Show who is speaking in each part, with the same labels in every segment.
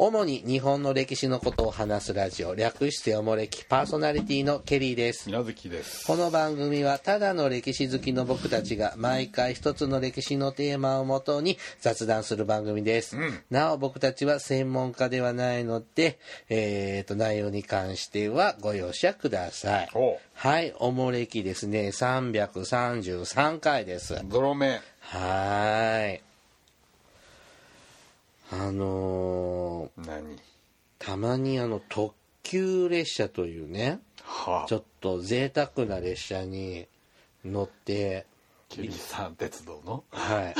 Speaker 1: 主に日本の歴史のことを話すラジオ略しておもれきパーソナリティのケリーです
Speaker 2: 宮月です。
Speaker 1: この番組はただの歴史好きの僕たちが毎回一つの歴史のテーマをもとに雑談する番組です、なお僕たちは専門家ではないので、えー、と内容に関してはご容赦ください
Speaker 2: お
Speaker 1: はいおもれきですね333回です
Speaker 2: ゾロ目。
Speaker 1: はーいあのー、
Speaker 2: 何
Speaker 1: たまにあの特急列車というね
Speaker 2: は
Speaker 1: ちょっと贅沢な列車に乗って
Speaker 2: キリさん鉄道の
Speaker 1: は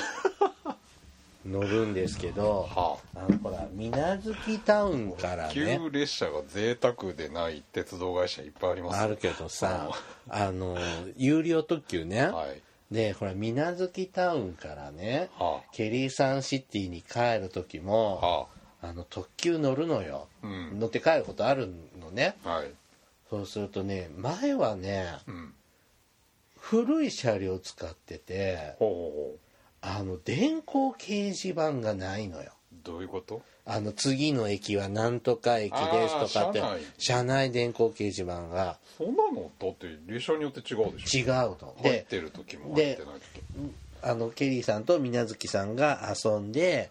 Speaker 1: い 乗るんですけど
Speaker 2: は
Speaker 1: あのほら水無月タウンからね
Speaker 2: 旧列車が贅沢でない鉄道会社いっぱいあります。
Speaker 1: あるけどさあの有料特急ね、
Speaker 2: はい。
Speaker 1: でほら水無月タウンからね、
Speaker 2: はあ
Speaker 1: ケリーサンシティに帰る時も、
Speaker 2: は
Speaker 1: あの特急乗るのよ、
Speaker 2: うん
Speaker 1: 乗って帰ることあるのね
Speaker 2: あ、はい。
Speaker 1: そうするとね前はね
Speaker 2: うん。
Speaker 1: 古い車両使ってて
Speaker 2: ほうほうほ
Speaker 1: あの電光掲示板がないのよ
Speaker 2: う。どういうこと
Speaker 1: あの次の駅はなんとか駅ですとかって
Speaker 2: あー
Speaker 1: 車内電光掲示板が
Speaker 2: そんなのだって列車によって違うでし
Speaker 1: 違うの
Speaker 2: ょ。入っ
Speaker 1: で
Speaker 2: てる時も入
Speaker 1: で
Speaker 2: ってない時も。
Speaker 1: あのケリーさんと水無月さんが遊んで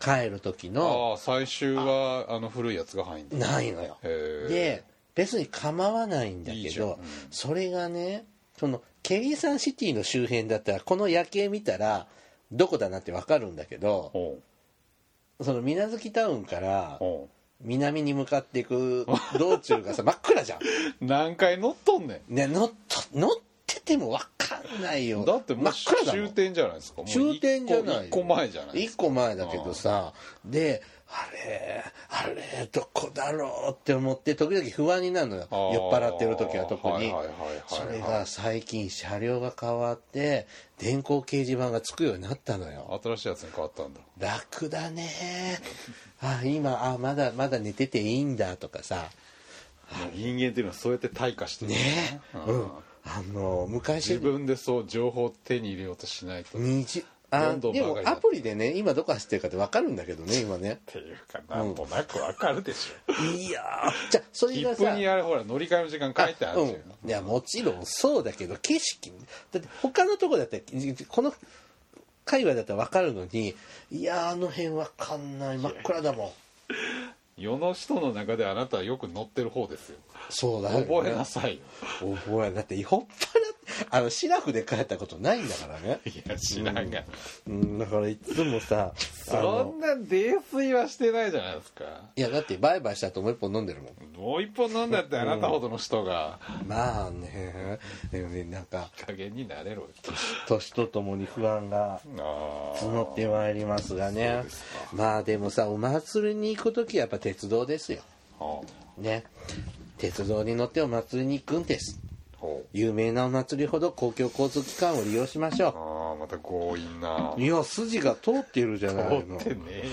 Speaker 1: 帰る時の
Speaker 2: ああ、最終はあの古いやつが入んだ。
Speaker 1: ないのよ
Speaker 2: へえ
Speaker 1: で別に構わないんだけ
Speaker 2: いいじゃんう
Speaker 1: ど
Speaker 2: ん
Speaker 1: それがねそのケリーサンシティの周辺だったらこの夜景見たらどこだなって分かるんだけど
Speaker 2: ほ
Speaker 1: その水無月タウンから
Speaker 2: うほ
Speaker 1: 南に向かっていく道中がさ真っ暗じゃん
Speaker 2: う何回乗っとんね
Speaker 1: ね乗っと乗ってても分かんないよ
Speaker 2: ん。だってもう
Speaker 1: 真っ暗だも
Speaker 2: 終
Speaker 1: ん
Speaker 2: 点じゃないですか。もう
Speaker 1: 終点じゃない
Speaker 2: 一個一個前じゃないです
Speaker 1: 1個前だけどさであれあれどこだろうって思って時々不安になるのよ
Speaker 2: あー
Speaker 1: 酔っ払ってる時は特
Speaker 2: はい
Speaker 1: に
Speaker 2: はいはいはいはい
Speaker 1: それが最近車両が変わって電光掲示板がつくようになったのよ
Speaker 2: 新しいやつに変わったんだ
Speaker 1: 楽だねあ今あまだまだ寝てていいんだとかさ
Speaker 2: 人間っていうのはそうやって退化してるんだ
Speaker 1: ね
Speaker 2: う
Speaker 1: うんんあの
Speaker 2: 自
Speaker 1: 昔
Speaker 2: 分でそう情報を手に入れようとしないとっ
Speaker 1: 20あ
Speaker 2: どんどん
Speaker 1: で
Speaker 2: バカに
Speaker 1: も
Speaker 2: なって
Speaker 1: アプリでね今どこ走ってるかって分かるんだけどね今ね
Speaker 2: ていうかなんとなくわかるでしょ
Speaker 1: いやーじゃあそれ
Speaker 2: 切
Speaker 1: が
Speaker 2: 符
Speaker 1: さ
Speaker 2: にあれほら乗り換えの時間書いてあるじゃん
Speaker 1: うん、いやもちろんそうだけど景色だって他のとこだったらこの界隈だったら分かるのにいやあの辺分かんない真っ暗だもん
Speaker 2: 世の人の中であなたはよく乗ってる方ですよ
Speaker 1: そうだよ、ね、
Speaker 2: 覚えなさいよ
Speaker 1: 覚えだって酔っ払ってあのシラフで帰ったことないんだからね
Speaker 2: いや知らんが
Speaker 1: うんだからいつもさあ
Speaker 2: そ
Speaker 1: の
Speaker 2: んな泥酔はしてないじゃないですか
Speaker 1: いやだってバイバイした後もう一本飲んでるもん
Speaker 2: もう一本飲んだってあなたほどの人が
Speaker 1: まあねでもねなんか
Speaker 2: 加減になれろよ
Speaker 1: 年とともに不安が
Speaker 2: ああ
Speaker 1: 募ってまいりますが
Speaker 2: そ
Speaker 1: ね
Speaker 2: うですか
Speaker 1: まあでもさお祭りに行く時はやっぱ鉄道ですよ
Speaker 2: ほ
Speaker 1: ね鉄道に乗ってお祭りに行くんです
Speaker 2: う
Speaker 1: 有名なお祭りほど公共交通機関を利用しましょ
Speaker 2: ああまた強引な
Speaker 1: ういや筋が通っているじゃない
Speaker 2: 持
Speaker 1: の
Speaker 2: ってねえよ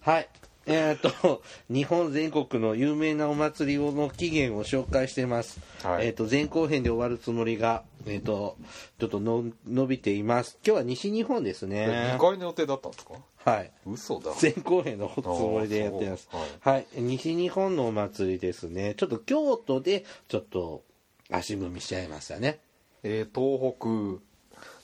Speaker 1: はいえー、と 日本全国の有名なお祭りの起源を紹介してます、
Speaker 2: はい
Speaker 1: えー、と前後編で終わるつもりが、えー、とちょっとの伸びています今日は西日本ですね
Speaker 2: 2回の予定だったんですか
Speaker 1: はい
Speaker 2: 嘘だ
Speaker 1: 前後編のつもりでやってます
Speaker 2: あーそう。
Speaker 1: はい、西日本のお祭りですね。ちょっと京都で、ちょっと足踏みしちゃいましたね。
Speaker 2: えー東
Speaker 1: 関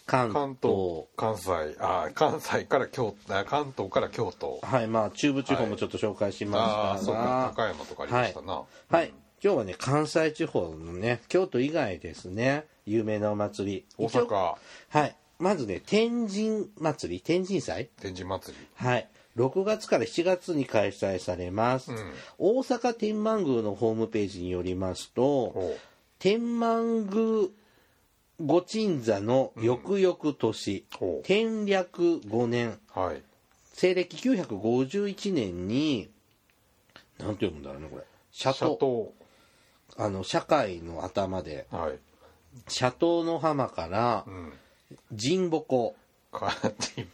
Speaker 2: 北
Speaker 1: 東。
Speaker 2: 関東関西あー関西から京あ関東から京都
Speaker 1: はい、まあ、中部地方もちょっと紹介し
Speaker 2: あ
Speaker 1: ま
Speaker 2: あ
Speaker 1: した
Speaker 2: そう
Speaker 1: が、
Speaker 2: か高山とかありましたな、
Speaker 1: はい、今日はね、関西地方のね、京都以外ですね、有名なお祭り。
Speaker 2: 大
Speaker 1: 一応
Speaker 2: 阪
Speaker 1: はい、まずね、天神祭り、天神祭
Speaker 2: 天神祭り
Speaker 1: はい。6月から7月に開催されます。
Speaker 2: ん
Speaker 1: 大阪天満宮のホームページによります
Speaker 2: お
Speaker 1: と
Speaker 2: う、
Speaker 1: 天満宮御鎮座の翌々年、
Speaker 2: うんおう
Speaker 1: 天略5年、
Speaker 2: はい
Speaker 1: 西暦951年に、なんて読むんだろうね、これ。シャ
Speaker 2: 社
Speaker 1: ト
Speaker 2: 頭
Speaker 1: あの、社会の頭で、
Speaker 2: はい
Speaker 1: シャトの浜から
Speaker 2: う、ん
Speaker 1: 神保湖。
Speaker 2: か
Speaker 1: 神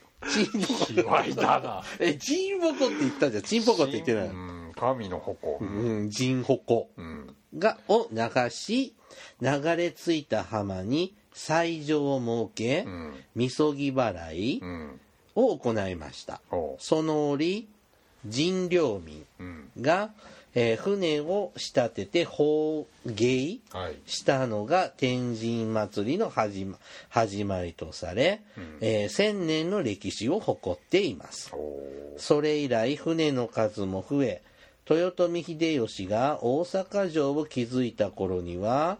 Speaker 1: 保
Speaker 2: 卑猥だな
Speaker 1: え、神保湖って言ったじゃん。神保湖って言ってない。
Speaker 2: うん神の矛
Speaker 1: うん、神保湖
Speaker 2: うん
Speaker 1: が、を流し、流れ着いた浜に斎場を設け
Speaker 2: う、ん
Speaker 1: みそぎ払い
Speaker 2: うん
Speaker 1: を行いました。
Speaker 2: おう
Speaker 1: その折、人領民
Speaker 2: うん
Speaker 1: が、えー船を仕立てて砲芸
Speaker 2: はい
Speaker 1: したのが天神祭りの始ま始まりとされ、えー千年の歴史を誇っています
Speaker 2: おお
Speaker 1: それ以来船の数も増え豊臣秀吉が大阪城を築いた頃には、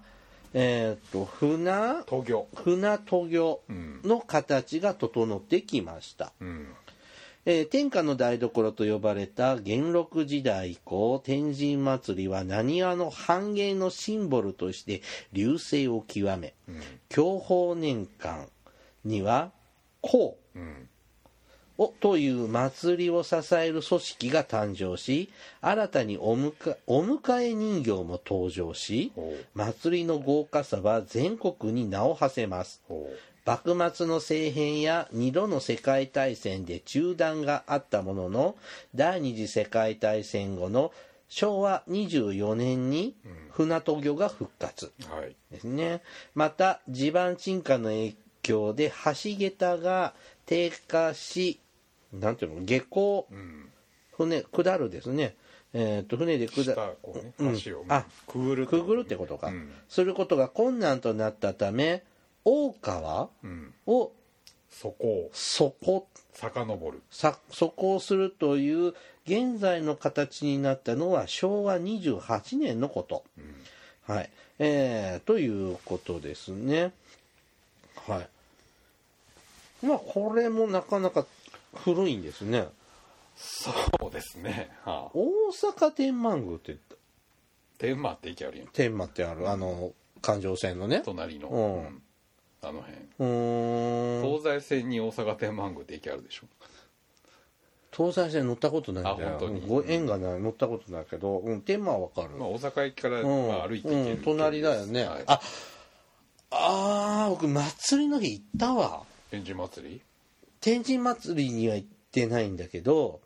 Speaker 1: えー、と船
Speaker 2: 東京
Speaker 1: 船渡御の形が整ってきました、
Speaker 2: うん
Speaker 1: えー天下の台所と呼ばれた元禄時代以降天神祭りは何屋の繁栄のシンボルとして隆盛を極め、享保年間には孔
Speaker 2: うん
Speaker 1: をという祭りを支える組織が誕生し新たにおむかお迎え人形も登場し
Speaker 2: おう
Speaker 1: 祭りの豪華さは全国に名を馳せます
Speaker 2: おう
Speaker 1: 幕末の政変や二度の世界大戦で中断があったものの第二次世界大戦後の昭和24年に船渡御が復活
Speaker 2: はい
Speaker 1: ですねまた地盤沈下の影響で橋桁が低下しなんていうの下港
Speaker 2: うん
Speaker 1: 船下るですねえー、と船で下
Speaker 2: 下こうね
Speaker 1: うん
Speaker 2: 橋を
Speaker 1: あ
Speaker 2: くぐる
Speaker 1: くぐるってことか、
Speaker 2: ん
Speaker 1: することが困難となったため大川
Speaker 2: うん
Speaker 1: を
Speaker 2: そこを
Speaker 1: 底
Speaker 2: 遡る
Speaker 1: さ底をするという現在の形になったのは昭和28年のこと、はいえーということですねはいまあこれもなかなか古いんですね
Speaker 2: そうですねはあ
Speaker 1: 大阪天満宮って
Speaker 2: 天満って駅あるやん
Speaker 1: 天満ってあるあの環状線のね
Speaker 2: 隣の
Speaker 1: うん
Speaker 2: うんあの辺
Speaker 1: うーん
Speaker 2: 東西線に大阪天満宮って駅あるでしょ
Speaker 1: 東西線乗ったことないんだ
Speaker 2: あ
Speaker 1: よ
Speaker 2: 本当に
Speaker 1: うんご縁がない乗ったことないけど、うん、天満はわかる、
Speaker 2: まあ大阪駅から
Speaker 1: うん
Speaker 2: まあ歩いて行け
Speaker 1: う
Speaker 2: る
Speaker 1: ん、隣だよね、
Speaker 2: はい
Speaker 1: ああー僕祭りの日行ったわ
Speaker 2: 天神祭り
Speaker 1: 天神祭りには行ってないんだけど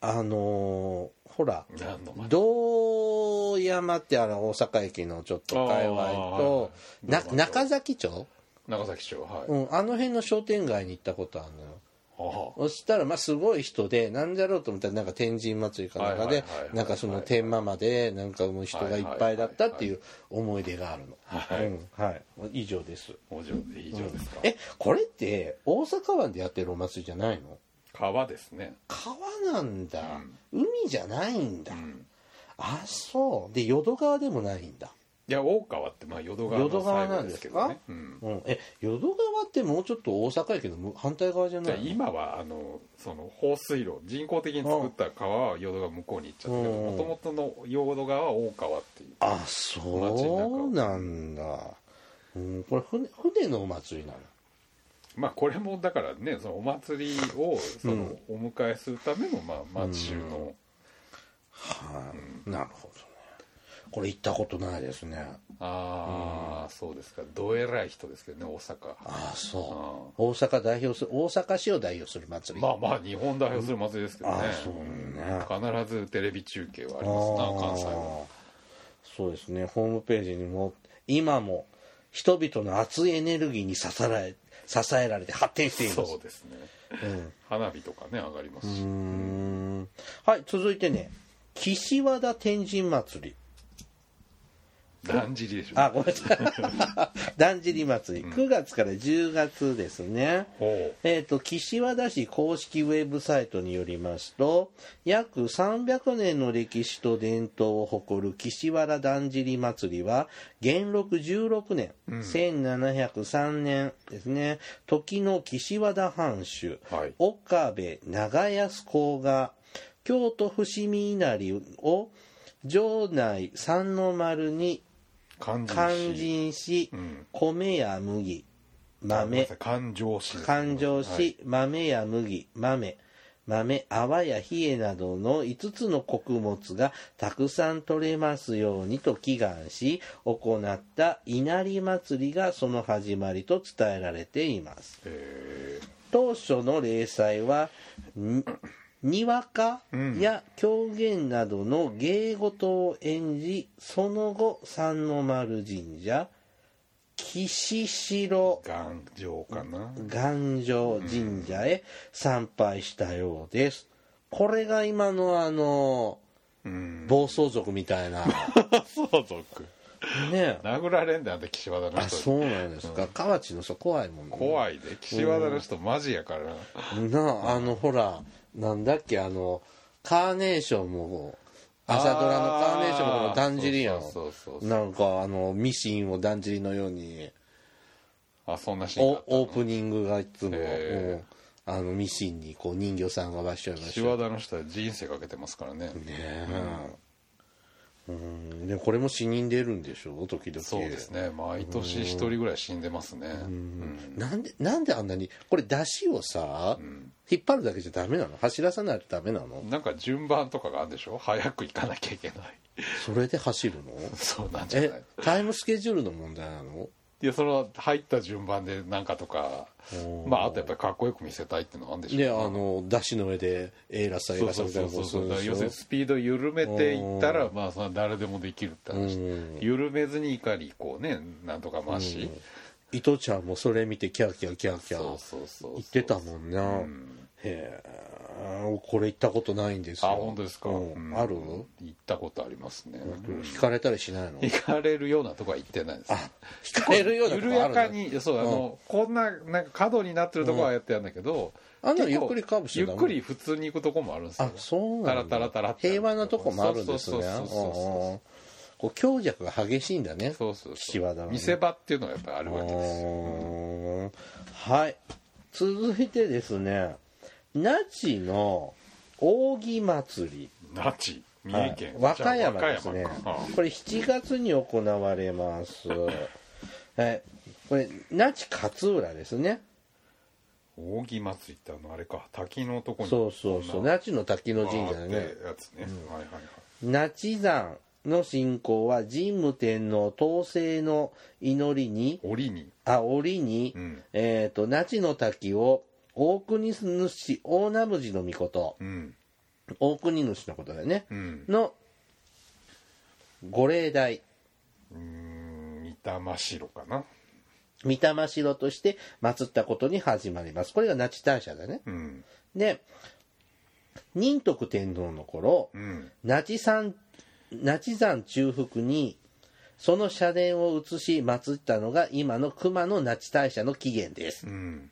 Speaker 1: あのーほら
Speaker 2: 何の祭り
Speaker 1: 道山ってあの大阪駅のちょっと界隈と
Speaker 2: あーはいはい
Speaker 1: な中崎町、
Speaker 2: 長崎町はい、
Speaker 1: うん、あの辺の商店街に行ったことあるのよ
Speaker 2: ああ
Speaker 1: そしたらまあすごい人でなんじゃろうと思ったらなんか天神祭りかなんか
Speaker 2: はい
Speaker 1: で
Speaker 2: はいはいはい
Speaker 1: なんかその天満までなんかもう人がいっぱいだったっていう思い出があるの
Speaker 2: はい
Speaker 1: うんはい、以上です
Speaker 2: お嬢で以上ですか、
Speaker 1: えこれって大阪湾でやってるお祭りじゃないの
Speaker 2: 川ですね
Speaker 1: 川なんだ、海じゃないんだ、
Speaker 2: ん
Speaker 1: あそうで淀川でもないんだ
Speaker 2: いや大川ってまあ淀川
Speaker 1: 淀
Speaker 2: の
Speaker 1: 川
Speaker 2: 最
Speaker 1: な
Speaker 2: 後
Speaker 1: んで
Speaker 2: ですす
Speaker 1: か
Speaker 2: けどねうん
Speaker 1: うん、え淀川ってもうちょっと大阪駅のむ反対側じゃ
Speaker 2: じ
Speaker 1: な
Speaker 2: ゃあ
Speaker 1: いの
Speaker 2: 今はあのその放水路人工的に作った川は淀川向こうに行っちゃったけど
Speaker 1: うん
Speaker 2: もともとの淀川は大川っていう
Speaker 1: あそうなんだ、うん、これ船船のお祭りなの
Speaker 2: まあこれもだからねそのお祭りをそのお迎えするためのまあ町の、
Speaker 1: はい、なるほどねこれ行ったことないですね
Speaker 2: ああ、そうですかどえらい人ですけどね大阪
Speaker 1: ああそう大阪代表する大阪市を代表する祭り、
Speaker 2: まあまあ日本代表する祭りですけどね
Speaker 1: あそうね
Speaker 2: 必ずテレビ中継はありますな関西は
Speaker 1: そうですねホームページにも今も人々の熱いエネルギーに支えられ支えられて発展しています
Speaker 2: そうですね、花火とかね上がりますし、
Speaker 1: うーんはい続いてね岸和田天神祭り
Speaker 2: だんじりでしょ
Speaker 1: あごめんな さい だんじり祭り9月から10月ですね、
Speaker 2: ほ
Speaker 1: えー、と岸和田市公式ウェブサイトによりますと約300年の歴史と伝統を誇る岸和田だんじり祭りは元禄16年、1703年ですね時の岸和田藩主、
Speaker 2: はい
Speaker 1: 岡部長安公が京都伏見稲荷を城内三の丸に
Speaker 2: う肝心
Speaker 1: 勧
Speaker 2: し
Speaker 1: 進し、米や麦豆
Speaker 2: 感情し
Speaker 1: 勘定し、豆や麦豆豆泡や冷えなどの5つの穀物がたくさん取れますようにと祈願し行った稲荷祭りがその始まりと伝えられています
Speaker 2: え
Speaker 1: 当初の例祭はににわかや狂言などの芸事を演じその後三の丸神社岸城
Speaker 2: ー、頑丈かな
Speaker 1: 願城神社へ参拝したようです。これが今のあの
Speaker 2: うん
Speaker 1: 暴走族みたい な
Speaker 2: 相続
Speaker 1: ね
Speaker 2: 殴られんであんた岸和田の
Speaker 1: あ
Speaker 2: 人
Speaker 1: そうなんですか、河内の人怖いもんね
Speaker 2: 怖いで岸和田の人マジやからな
Speaker 1: なああのほらなんだっけあのカーネーションも朝ドラのカーネーションもこのだんじりやん
Speaker 2: そうそうそうそう
Speaker 1: なんかあのミシンをだんじりのように
Speaker 2: あそんなシーンがあ
Speaker 1: お
Speaker 2: っ
Speaker 1: オ
Speaker 2: た
Speaker 1: ープニングがいつも、
Speaker 2: へ
Speaker 1: うんあのミシンにこう人形さんがわっしょいわっし
Speaker 2: 岸
Speaker 1: ょい
Speaker 2: 和田の人は人生かけてますからね
Speaker 1: ねえうんでもこれも死人出るんでしょ時々
Speaker 2: そうですね毎年一人ぐらい死んでますねうん
Speaker 1: なんでなんであんなにこれ出汁をさ、引っ張るだけじゃダメなの走らさないとダメなの
Speaker 2: なんか順番とかがあるんでしょ早く行かなきゃいけない
Speaker 1: それで走るの
Speaker 2: そうなんじゃな
Speaker 1: え
Speaker 2: い
Speaker 1: タイムスケジュールの問題なの
Speaker 2: いやその入った順番でなんかとか
Speaker 1: おー
Speaker 2: まああとやっぱりかっこよく見せたいっていうのがあるんでしょうね
Speaker 1: であの出汁の上でエイラさんエイ
Speaker 2: そう
Speaker 1: ラさ
Speaker 2: そ
Speaker 1: ん
Speaker 2: う
Speaker 1: みたいなこ
Speaker 2: そうそ
Speaker 1: と
Speaker 2: う
Speaker 1: するんで
Speaker 2: だ
Speaker 1: し
Speaker 2: 要する
Speaker 1: ょ
Speaker 2: にスピード緩めていったらまあその誰でもできるって話
Speaker 1: うん
Speaker 2: 緩めずにいかにこうねなんとかマシ
Speaker 1: 伊藤ちゃんもそれ見てキャーキャーキャーキャ
Speaker 2: そう
Speaker 1: ー
Speaker 2: そうそう
Speaker 1: 言ってたもんな、
Speaker 2: ん
Speaker 1: へえこれ行ったことないんです
Speaker 2: あ
Speaker 1: よ
Speaker 2: 本当ですか
Speaker 1: うん
Speaker 2: うん
Speaker 1: ある
Speaker 2: 行ったことあるありますね
Speaker 1: 引かれたりしないの
Speaker 2: 行かれるようなとこは行ってないです
Speaker 1: あ引かれるようなとこ
Speaker 2: 緩
Speaker 1: あ
Speaker 2: や
Speaker 1: る
Speaker 2: か
Speaker 1: の
Speaker 2: にそうあの、こんななんか角になってるとこはやってやんだけど、
Speaker 1: うんあんなの
Speaker 2: 結
Speaker 1: ゆ
Speaker 2: 構
Speaker 1: っくりカーブして
Speaker 2: ゆ
Speaker 1: るんだ
Speaker 2: っ
Speaker 1: も
Speaker 2: く
Speaker 1: ん
Speaker 2: り普通に行くとこもあるんですよ
Speaker 1: あそうなんだ
Speaker 2: タラタラタラって
Speaker 1: 平和なとこもあるんですね
Speaker 2: そうそうそうそう
Speaker 1: うんうんこう強弱が激しいんだね
Speaker 2: そうそうそう
Speaker 1: 岸和田はね
Speaker 2: 見せ場っていうのがやっぱりあるわけですよ
Speaker 1: うーんはい続いてですね那智の扇祭り
Speaker 2: 那智三重県、
Speaker 1: はい和歌山ですね
Speaker 2: 和歌山か
Speaker 1: これ7月に行われます、はい、これ那智勝浦ですね
Speaker 2: 扇祭りってあのあれか滝のとこに
Speaker 1: そうそうそう那智の滝の神社だ
Speaker 2: バ
Speaker 1: ね
Speaker 2: ーってやつね、はいはいはい
Speaker 1: 那智山の信仰は神武天皇統制の祈りに
Speaker 2: 檻に
Speaker 1: あ折に、
Speaker 2: うん
Speaker 1: えっ、と那智の滝を大国主大名氏の御事
Speaker 2: うん
Speaker 1: 大国主のことだよね
Speaker 2: う、ん
Speaker 1: の御霊台
Speaker 2: うーん三玉城かな
Speaker 1: 御霊城として祀ったことに始まりますこれが那智大社だね
Speaker 2: うん
Speaker 1: で仁徳天皇の頃
Speaker 2: うん
Speaker 1: 那智山那智山中腹にその社殿を移し祀ったのが今の熊野那智大社の起源です
Speaker 2: うん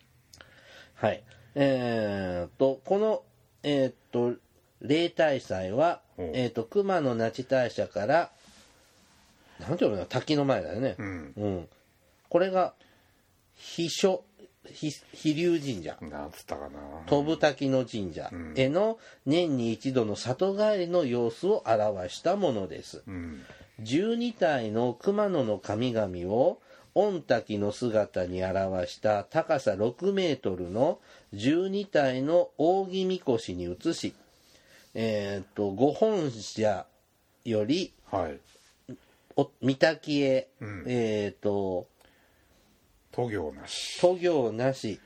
Speaker 1: はい。えーっと、この、えーっと、例大祭は、
Speaker 2: ほう
Speaker 1: えーっと、熊野那智大社から、なんて読むの滝の前だよね
Speaker 2: う。ん
Speaker 1: うん。これが、秘書、ひ飛龍神社、
Speaker 2: なんつったかな
Speaker 1: 飛ぶ滝の神社への年に一度の里帰りの様子を表したものです。
Speaker 2: うん
Speaker 1: 12体の熊野の神々を御滝の姿に表した高さ6メートルの12体の扇みこしに移し、えー、と御本社より
Speaker 2: はい
Speaker 1: お御滝へ、
Speaker 2: うん
Speaker 1: えー、と
Speaker 2: 都行なし
Speaker 1: 渡行なし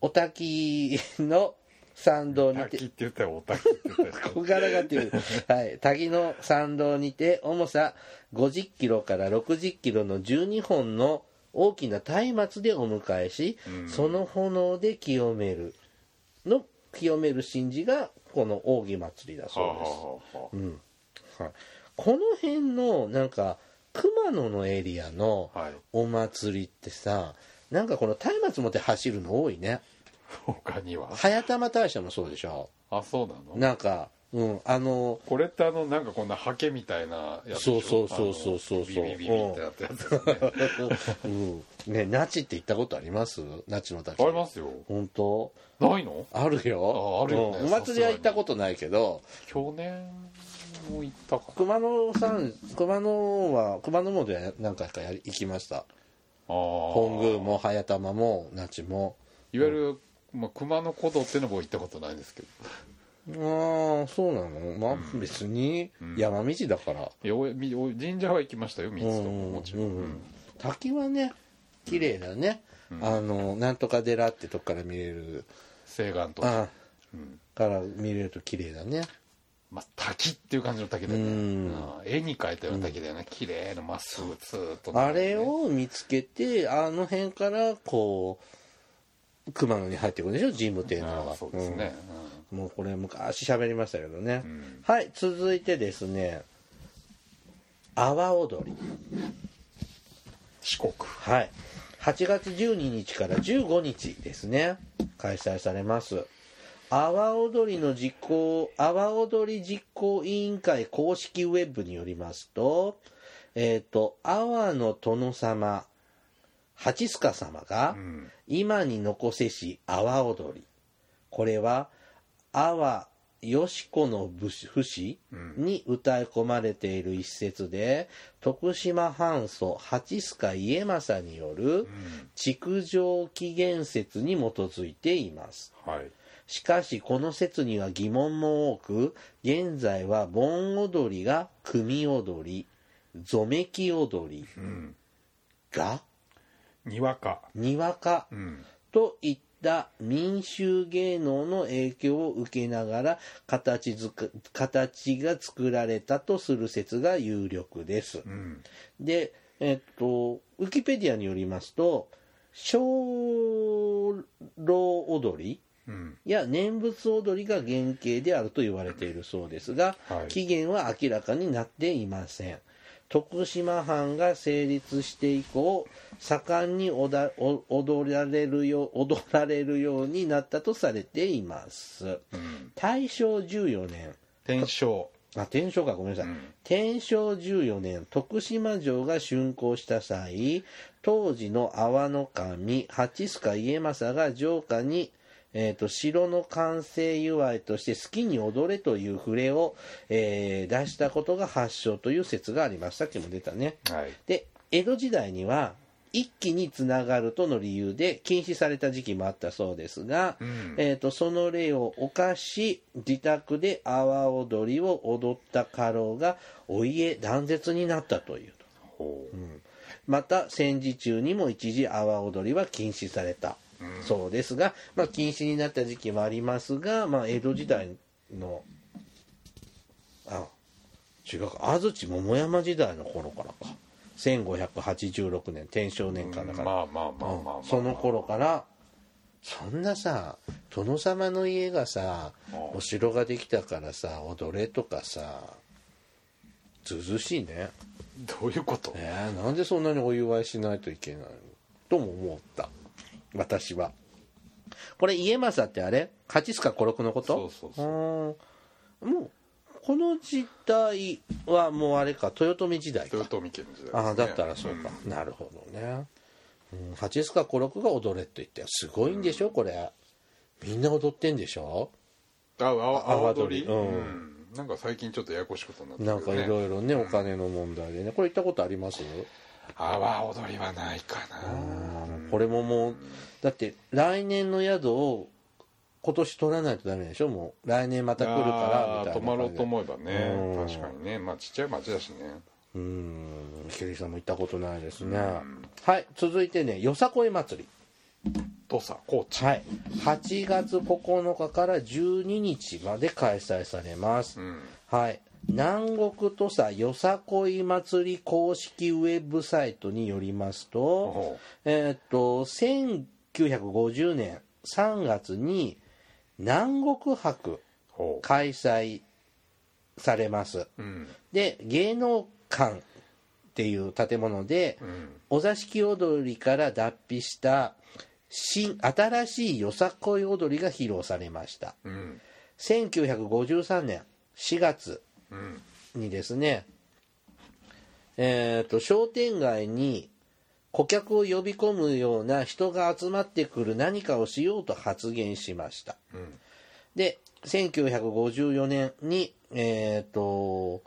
Speaker 1: お滝の参道にて
Speaker 2: 滝って言ったよお滝って言ったよ
Speaker 1: 小柄がっていう、 はい、滝の参道にて重さ50キロから60キロの12本の大きな松明でお迎えし、その炎で清めるの清める神事がこの扇祭りだ
Speaker 2: はあは
Speaker 1: そ
Speaker 2: あはあ
Speaker 1: うです、はい、この辺のなんか熊野のエリアの
Speaker 2: はい
Speaker 1: お祭りってさなんかこの松明持って走るの多いね
Speaker 2: 他には
Speaker 1: 早玉大社もそうでしょ
Speaker 2: あそうなの
Speaker 1: なんか、うん、あの
Speaker 2: これってあのなんかこんなハケみたいなやつでしょ
Speaker 1: そうそうそうそうそうそう
Speaker 2: あのビビビビってなったやつですね
Speaker 1: うん、ね那智って行ったことあります那智の滝
Speaker 2: ありますよ
Speaker 1: 本当
Speaker 2: ないの
Speaker 1: あるよ
Speaker 2: ああるよね
Speaker 1: うんお祭りは行ったことないけど
Speaker 2: 去年も行ったか
Speaker 1: 熊野さん熊野は熊野門では何回かやり行きました
Speaker 2: ああ
Speaker 1: 本宮も早玉も那智も
Speaker 2: いわゆる、まあ、熊野古道っていうのも行ったことないんですけど
Speaker 1: ああそうなのまあ別に山道だから、
Speaker 2: いやおみお神社は行きましたよ3つと
Speaker 1: う
Speaker 2: も
Speaker 1: ん
Speaker 2: もちろん、
Speaker 1: うんうん滝はね綺麗だね、あのなんとか寺ってとこから見れる
Speaker 2: 西岸と
Speaker 1: あ
Speaker 2: うん
Speaker 1: から見れると綺麗だね
Speaker 2: まあ、滝っていう感じの滝だよね、
Speaker 1: うん
Speaker 2: ああ絵に描いたような滝だよね綺麗なまっすぐずーっと、
Speaker 1: あれを見つけてあの辺からこう熊野に入っていくんでしょ神武天皇
Speaker 2: あ
Speaker 1: が
Speaker 2: あそうですね、
Speaker 1: もうこれ昔喋りましたけどね、
Speaker 2: ん
Speaker 1: はい続いてですね阿波踊り
Speaker 2: 四国
Speaker 1: はい8月12日から15日ですね開催されます阿波踊りの実行阿波踊り実行委員会公式ウェブによりますとえっ、と阿波の殿様八須賀様が、
Speaker 2: うん
Speaker 1: 今に残せし阿波踊りこれは阿波よしこの武士不死に歌い込まれている一節で、徳島藩祖八須賀家政による築城起源説に基づいています
Speaker 2: はい
Speaker 1: しかしこの説には疑問も多く現在は盆踊りが組踊りぞめき踊り
Speaker 2: うん
Speaker 1: が
Speaker 2: にわか
Speaker 1: にわか
Speaker 2: うん
Speaker 1: といった民衆芸能の影響を受けながら形づく形が作られたとする説が有力です
Speaker 2: う。ん
Speaker 1: で、えっと、ウィキペディアによりますと鐘楼踊り
Speaker 2: うん
Speaker 1: や念仏踊りが原型であると言われているそうですが、
Speaker 2: はい
Speaker 1: 起源は明らかになっていません徳島藩が成立して以降盛んにおだお踊られるよ踊られるようになったとされています
Speaker 2: うん
Speaker 1: 大正14年
Speaker 2: 天正
Speaker 1: あ天正かごめんなさい、
Speaker 2: うん
Speaker 1: 天正14年徳島城が竣工した際当時の阿波の神八須賀家政が城下に、えー、と城の完成祝いとして好きに踊れという触れを、えー出したことが発祥という説がありますさっきも出たね
Speaker 2: はい
Speaker 1: で江戸時代には一気につながるとの理由で禁止された時期もあったそうですが、
Speaker 2: うん
Speaker 1: えー、とその例を犯し自宅で阿波踊りを踊った家老がお家断絶になったという
Speaker 2: ほう
Speaker 1: また戦時中にも一時阿波踊りは禁止されたそうですが、まあ、禁止になった時期もありますが、まあ、江戸時代のあ違うか安土桃山時代の頃からか1586年天正年間だから、
Speaker 2: まあまあまあまあまあ
Speaker 1: その頃からそんなさ殿様の家がさ
Speaker 2: うん
Speaker 1: お城ができたからさ踊れとかさずうずうしいね
Speaker 2: どういうこと
Speaker 1: えー、なんでそんなにお祝いしないといけないのとも思った私はこれ家政ってあれ勝ちすか孤六のこと
Speaker 2: そうそうそう
Speaker 1: ーんもうこの時代はもうあれか豊臣時代か
Speaker 2: 豊臣家の時代ですね
Speaker 1: ああだったらそうか、なるほどね、うん、八須賀五六が踊れって言ってすごいんでしょこれみんな踊ってんでしょ
Speaker 2: ああ
Speaker 1: あ
Speaker 2: 阿波踊り
Speaker 1: う
Speaker 2: うんんなんか最近ちょっとややこしいことになって
Speaker 1: なんかいろ
Speaker 2: い
Speaker 1: いろねお金の問題でねこれ行ったことあります
Speaker 2: 阿波踊りはないかな
Speaker 1: あーこれももうだって来年の宿を今年取らないとダメでしょもう来年また来るからみた
Speaker 2: あー
Speaker 1: いな感じで
Speaker 2: 泊まろうと思えばね
Speaker 1: うん
Speaker 2: 確かにねまあちっちゃい町だしね
Speaker 1: うーんケリーさんも行ったことないですねはい続いてねよさこい祭り
Speaker 2: 土佐高知
Speaker 1: はい、8月9日から12日まで開催されます、
Speaker 2: うん
Speaker 1: はい、南国土佐よさこい祭り公式ウェブサイトによりますと
Speaker 2: ほ,、
Speaker 1: えーっと1950年3月に南国博
Speaker 2: ほう
Speaker 1: 開催されます
Speaker 2: うん
Speaker 1: で芸能館っていう建物で、
Speaker 2: うん
Speaker 1: お座敷踊りから脱皮した新新しいよさこい踊りが披露されました
Speaker 2: うん
Speaker 1: 1953年4月
Speaker 2: うん
Speaker 1: にですねえーと商店街に顧客を呼び込むような人が集まってくる何かをしようと発言しました
Speaker 2: うん
Speaker 1: で1954年にえーと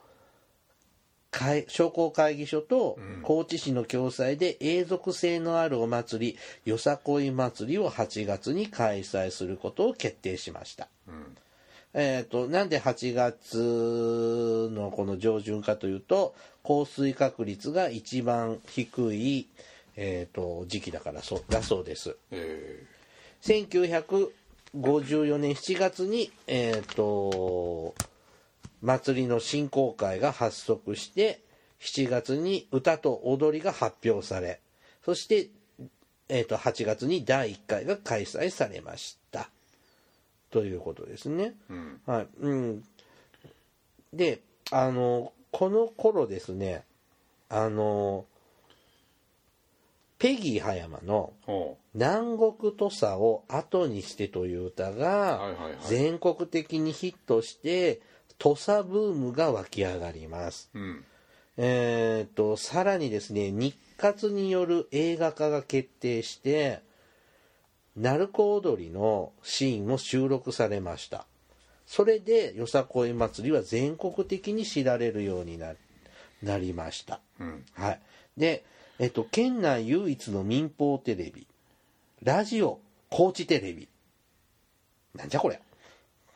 Speaker 1: 会商工会議所と高知市の共催で永続性のあるお祭りよさこい祭りを8月に開催することを決定しました、
Speaker 2: ん
Speaker 1: えー、となんで8月のこの上旬かというと降水確率が一番低い、えー、と時期だからそうだそうです
Speaker 2: え
Speaker 1: 1954年7月に、えー、と祭りの振興会が発足して7月に歌と踊りが発表されそして、えー、と8月に第1回が開催されましたということですね。
Speaker 2: うん
Speaker 1: はい。うん。で、あの、この頃ですね、あの、ペギー葉山の
Speaker 2: ほ
Speaker 1: 「南国土佐を後にして」という歌
Speaker 2: はい
Speaker 1: が
Speaker 2: はいはい
Speaker 1: 全国的にヒットして土佐ブームが湧き上がります。
Speaker 2: ううん
Speaker 1: えー、とさらにですね日活による映画化が決定して鳴子踊りのシーンも収録されましたそれでよさこい祭りは全国的に知られるようにななりました、
Speaker 2: うん
Speaker 1: はい、で、えっと、県内唯一の民放テレビラジオ高知テレビなんじゃこれ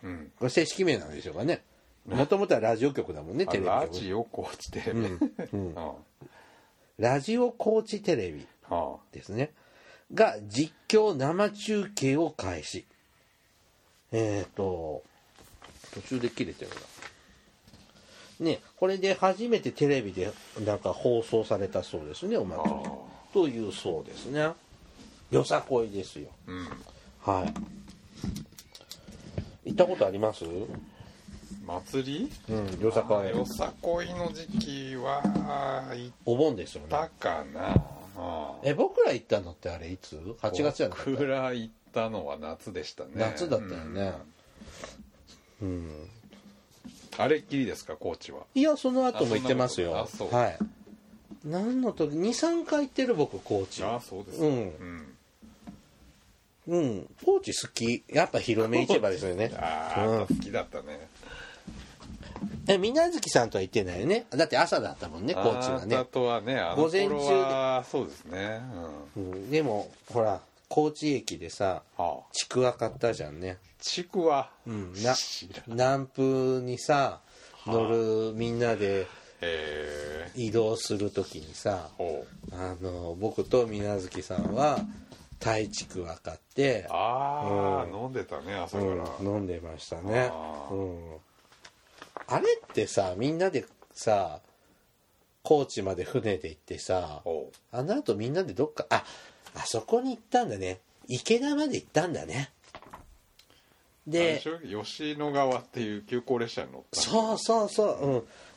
Speaker 2: うん
Speaker 1: これ正式名なんでしょうかねもともとはラジオ局だもんね
Speaker 2: あ
Speaker 1: テレビ
Speaker 2: ラ
Speaker 1: 局
Speaker 2: ジオ高知テレビ、うんは
Speaker 1: ラジオ高知テレビ
Speaker 2: あは
Speaker 1: ですねが実況生中継を開始えっ、と途中で切れてるなねこれで初めてテレビでなんか放送されたそうですねお祭り
Speaker 2: あー
Speaker 1: というそうですねよさこいですよ
Speaker 2: あうん
Speaker 1: はい行ったことあります
Speaker 2: 祭り
Speaker 1: うんよさこい
Speaker 2: あよさこいの時期は行っ
Speaker 1: お盆ですよね
Speaker 2: たかなあ
Speaker 1: え僕ら行ったのってあれいつ ?8 月じゃなかった
Speaker 2: 僕ら行ったのは夏でしたね
Speaker 1: 夏だったよね、
Speaker 2: うんあれっきりですか高知はい
Speaker 1: や、その後も行ってますよ。
Speaker 2: あそんなこと
Speaker 1: はい。何の時、2、3回行ってる僕、高知。
Speaker 2: ああそうですか
Speaker 1: うん
Speaker 2: ん
Speaker 1: うん。高知好き。やっぱ広め市場ですよね。
Speaker 2: ああ
Speaker 1: う
Speaker 2: 好きだったね
Speaker 1: え、みなずきさんとは行ってないよね。だって朝だったもんね、高知は
Speaker 2: あな
Speaker 1: ね。
Speaker 2: たとはねあ
Speaker 1: 午
Speaker 2: の
Speaker 1: 前中
Speaker 2: 頃はそうですねうん
Speaker 1: うん、でも、ほら、高知駅でさ、
Speaker 2: ああ
Speaker 1: ちくわ買ったじゃんね。
Speaker 2: ちくわ
Speaker 1: うん。な
Speaker 2: 知ら、ん
Speaker 1: 南風にさ、乗るみんなで
Speaker 2: ええ
Speaker 1: 移動するときにさ、
Speaker 2: ほう
Speaker 1: あの、僕とみなずきさんは、タイちくわ買って、
Speaker 2: ああ
Speaker 1: うん
Speaker 2: 飲んでたね朝から
Speaker 1: うん、飲んでましたね
Speaker 2: あ
Speaker 1: あ,、
Speaker 2: ー
Speaker 1: うん、あれってさみんなでさ高知まで船で行ってさ
Speaker 2: ほう
Speaker 1: あの後みんなでどっかああそこに行ったんだね池田まで行ったんだね
Speaker 2: あれで
Speaker 1: で
Speaker 2: しょ吉野川っていう急行列車に乗った
Speaker 1: そうそうそう、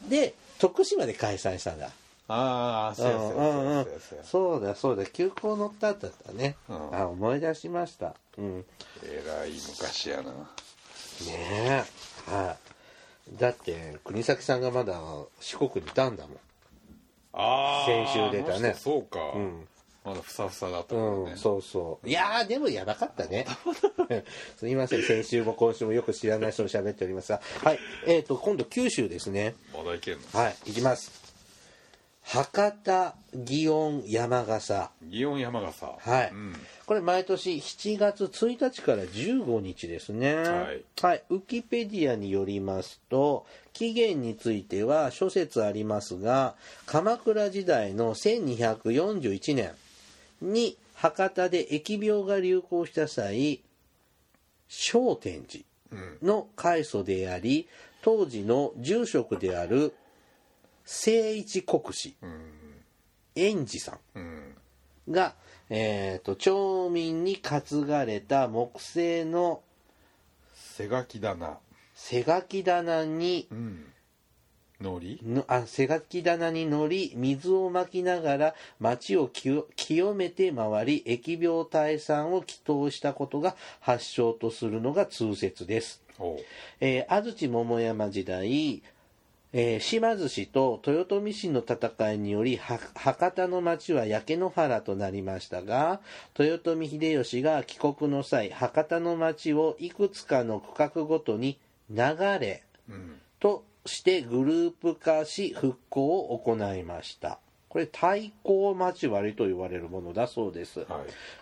Speaker 1: うん、で徳島で開催したんだ
Speaker 2: ああそうやそうや
Speaker 1: うんうんうん
Speaker 2: そうやそうや
Speaker 1: そうだそうだ急行乗った後だったね、
Speaker 2: うん
Speaker 1: あ思い出しましたうん
Speaker 2: えらい昔やな
Speaker 1: ねえはいだって国崎さんがまだ四国にいたんだもん
Speaker 2: ああ
Speaker 1: 先週出たね
Speaker 2: あの人そうか、
Speaker 1: ん
Speaker 2: まだふさふさだったからね、
Speaker 1: うん、そうそう。いやー、でもやばかったね。 すみません、先週も今週もよく知らない人を喋っておりますが。はい、えっ、と、今度九州ですね。
Speaker 2: まだいけんの
Speaker 1: はい、行きます。博多、祇園、山笠。
Speaker 2: 祇園山笠
Speaker 1: はい。
Speaker 2: うん、
Speaker 1: これ、毎年7月1日から15日ですね。
Speaker 2: はい
Speaker 1: はい。ウィキペディアによりますと、起源については諸説ありますが、鎌倉時代の1241年に博多で疫病が流行した際、商天寺の開祖であり、当時の住職である聖一国師、円治さん
Speaker 2: うん、
Speaker 1: が、えー、と町民に担がれた木製の
Speaker 2: 背書きだな
Speaker 1: 背書き棚に
Speaker 2: うんのり
Speaker 1: のあ背書き棚に乗り水をまきながら町を清清めて回り疫病退散を祈祷したことが発祥とするのが通説です。
Speaker 2: おう
Speaker 1: えー安土桃山時代、えー島津氏と豊臣氏の戦いによりは博多の町は焼け野原となりましたが豊臣秀吉が帰国の際博多の町をいくつかの区画ごとに流れ
Speaker 2: うん
Speaker 1: としてグループ化し復興を行いましたこれ太閤町割りと言われるものだそうです、
Speaker 2: はい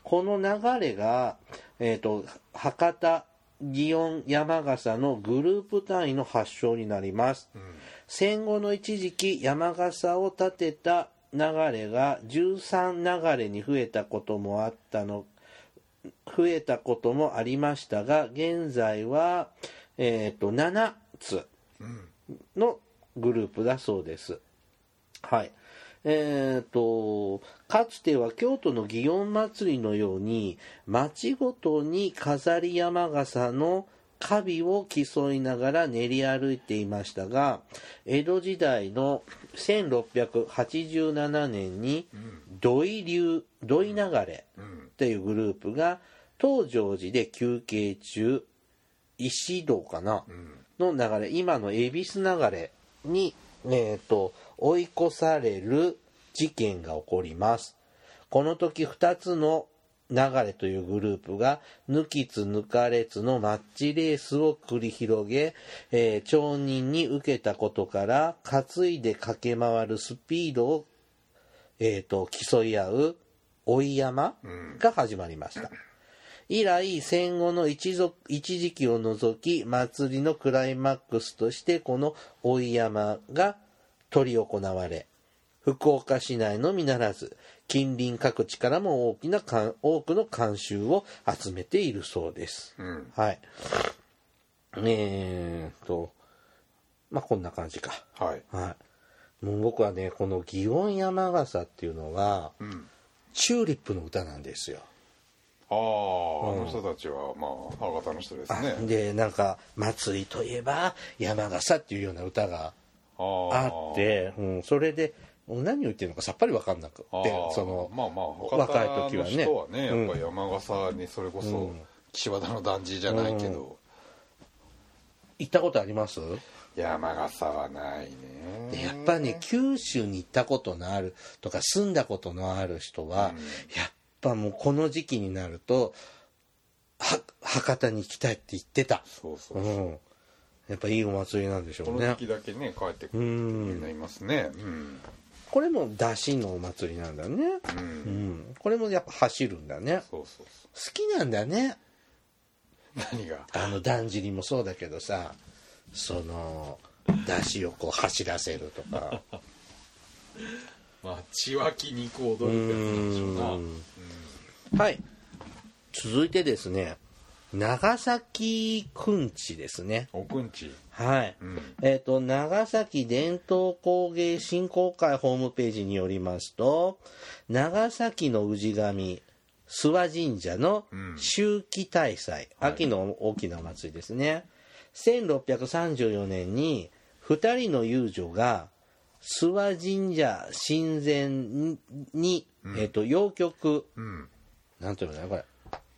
Speaker 1: この流れが、えー、と博多祇園山笠のグループ単位の発祥になります、戦後の一時期山笠を建てた流れが13流れに増えたこともあったの増えたこともありましたが現在は、えー、と7つのグループだそうです。はい。えー、と、かつては京都の祇園祭のように、町ごとに飾り山笠のカビを競いながら練り歩いていましたが江戸時代の1687年に土井流土井流れというグループが東條寺で休憩中石堂かなの流れ今の恵比寿流れに、えー、と追い越される事件が起こりますこの時2つの流れというグループが抜きつ抜かれつのマッチレースを繰り広げ、えー町人に受けたことから担いで駆け回るスピードを、えー、と競い合う追い山が始まりました、以来戦後の一族一時期を除き祭りのクライマックスとしてこの追い山が執り行われ福岡市内のみならず近隣各地からも大きな観多くの観衆を集めているそうです、
Speaker 2: ん
Speaker 1: はいえーっとまあこんな感じか
Speaker 2: はい
Speaker 1: はいもう僕はねこの「祇園山笠」っていうのが、チューリップの歌なんですよ
Speaker 2: あああの人たちはまあ博多の人ですね
Speaker 1: でなんか祭りといえば山笠っていうような歌が
Speaker 2: あー
Speaker 1: あってうん、それで何を言ってるのかさっぱり分かんなくって
Speaker 2: あー
Speaker 1: その
Speaker 2: まあまあ
Speaker 1: 若い
Speaker 2: 博
Speaker 1: 時
Speaker 2: 多
Speaker 1: は
Speaker 2: の
Speaker 1: ね
Speaker 2: 人はね
Speaker 1: うん
Speaker 2: やっぱり山笠にそれこそ岸和田の団地じゃないけど
Speaker 1: 行ったことあります
Speaker 2: 山笠はない
Speaker 1: で
Speaker 2: ね
Speaker 1: やっぱね九州に行ったことのあるとか住んだことのある人は、やっぱもうこの時期になるとは博多に行きたいって言ってた、、
Speaker 2: そうそううそうん
Speaker 1: やっぱいいお祭りなんでしょ
Speaker 2: こ
Speaker 1: う
Speaker 2: の
Speaker 1: ね
Speaker 2: 時期だけね帰ってくるみんないますねうん
Speaker 1: これも出汁のお祭りなんだね、
Speaker 2: う
Speaker 1: うんん、これもやっぱ走るんだね
Speaker 2: そうそうそ
Speaker 1: 好きなんだね
Speaker 2: う何が
Speaker 1: あのだんじりもそうだけどさその出汁をこう走らせると か
Speaker 2: まあ血湧き肉踊るってやつなんでしょうな
Speaker 1: うんはい続いてですね長崎くんちですね
Speaker 2: おくんち
Speaker 1: はい、えっ、と長崎伝統工芸振興会ホームページによりますと長崎の氏神諏訪神社の秋季大祭、秋の大きなお祭りですね、1634年に2人の遊女が諏訪神社神前にに、えっと洋曲、なんていうのかなこれ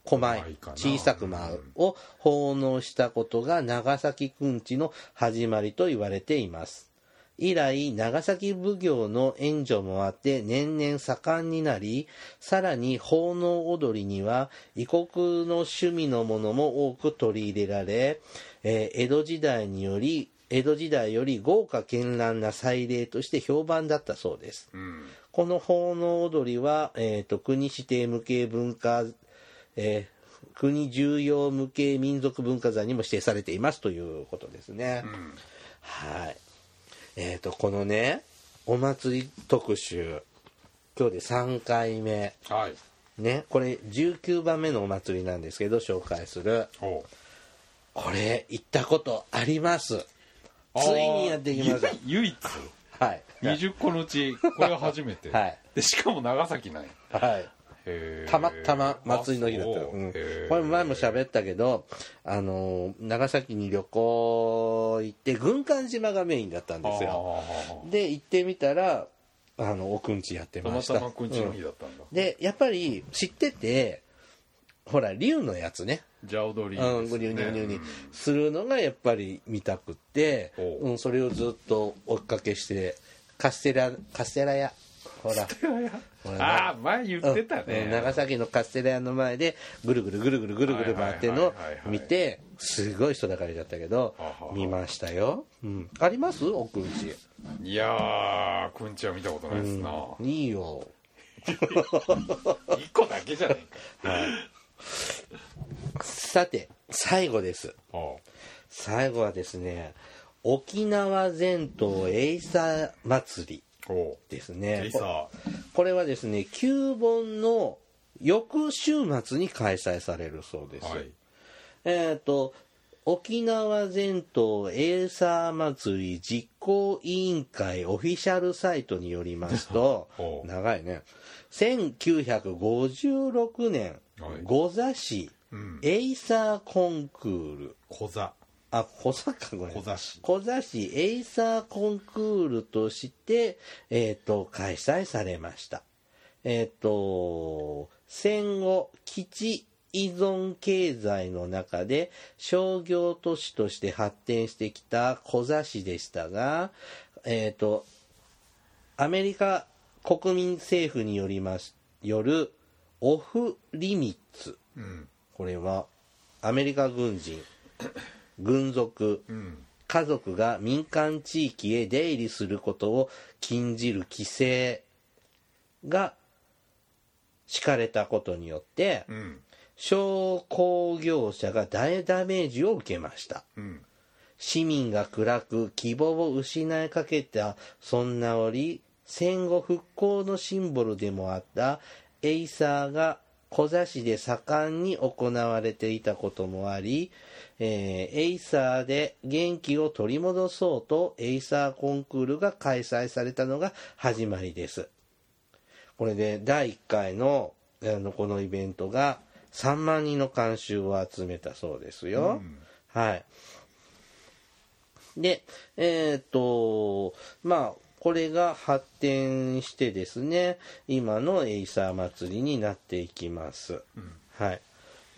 Speaker 1: 小
Speaker 2: 小
Speaker 1: 舞
Speaker 2: 舞かな
Speaker 1: 小さく舞うを奉納したことが長崎くんちの始まりと言われています以来長崎奉行の援助もあって年々盛んになりさらに奉納踊りには異国の趣味のものも多く取り入れられ、えー江戸時代により江戸時代より豪華絢爛な祭礼として評判だったそうです
Speaker 2: うん
Speaker 1: この奉納踊りは、えーと国指定無形文化、えー国重要無形民族文化財にも指定されていますということですね。はい。えっ、と、このね、お祭り特集、今日で3回目。
Speaker 2: はい
Speaker 1: ね、これ19番目のお祭りなんですけど、紹介する。
Speaker 2: おう
Speaker 1: これ、行ったことあります。ついにやってきまし
Speaker 2: あー
Speaker 1: た。
Speaker 2: 唯一
Speaker 1: はい。
Speaker 2: 20個のうちこれは初め て
Speaker 1: はい
Speaker 2: でしかも長崎ない
Speaker 1: はい。
Speaker 2: へー
Speaker 1: たまたま祭りの日だったの、
Speaker 2: あそう
Speaker 1: うん
Speaker 2: へー
Speaker 1: これ前も喋ったけど、あのー長崎に旅行行って軍艦島がメインだったんですよ
Speaker 2: あ
Speaker 1: で行ってみたらあのおくんちやって
Speaker 2: ーた
Speaker 1: ま
Speaker 2: ま
Speaker 1: した
Speaker 2: たまくんちの
Speaker 1: う
Speaker 2: 日
Speaker 1: ん
Speaker 2: だったんだ
Speaker 1: でやっぱり知っててほら竜のやつね
Speaker 2: じゃあ踊りですね
Speaker 1: うん、ぐにゅぐにゅぐにゅにするのがやっぱり見たくって、
Speaker 2: おう
Speaker 1: うん、それをずっと追っかけしてカステラカステラ屋ほら
Speaker 2: うんああ前言ってた
Speaker 1: うん
Speaker 2: ね
Speaker 1: 長崎のカステラ屋の前でぐるぐるぐるぐるぐるぐる回ってるのを見てすごい人だかりだったけど
Speaker 2: ははは
Speaker 1: 見ましたよ、うん、あります奥んち
Speaker 2: いやーくんちは見たことないですな、
Speaker 1: いいよ
Speaker 2: 一個だけじゃないか
Speaker 1: さて最後です
Speaker 2: あ
Speaker 1: 最後はですね沖縄全島エイサー祭り
Speaker 2: おう
Speaker 1: ですね
Speaker 2: エイサ
Speaker 1: これはですね旧盆の翌週末に開催されるそうです、
Speaker 2: ーはい
Speaker 1: えっ、と、沖縄全島エーサー祭り実行委員会オフィシャルサイトによりますと
Speaker 2: ほ、う
Speaker 1: 長いね、1956年
Speaker 2: はい、
Speaker 1: 五座市エイサーコンクール。
Speaker 2: 小座
Speaker 1: あ、小坂か、これ。
Speaker 2: 小座市
Speaker 1: 小座市エイサーコンクールとして、えっ、と、開催されました。えっ、と、戦後、基地依存経済の中で商業都市として発展してきた小座市でしたが、えっ、と、アメリカ国民政府によります、よるオフリミッツ。
Speaker 2: うん
Speaker 1: これはアメリカ軍 人軍属、
Speaker 2: うん
Speaker 1: 家族が民間地域へ出入りすることを禁じる規制が敷かれたことによって
Speaker 2: うん
Speaker 1: 商工業者が大ダメージを受けました
Speaker 2: うん
Speaker 1: 市民が暗く希望を失いかけたそんな折戦後復興のシンボルでもあったエイサーが小座市で盛んに行われていたこともあり、えーエイサーで元気を取り戻そうとエイサーコンクールが開催されたのが始まりです。これで第1回のあのこのイベントが3万人の観衆を集めたそうですよ。はい。で、えっ、と、まあ、これが発展してですね、今のエイサー祭りになっていきます。はい。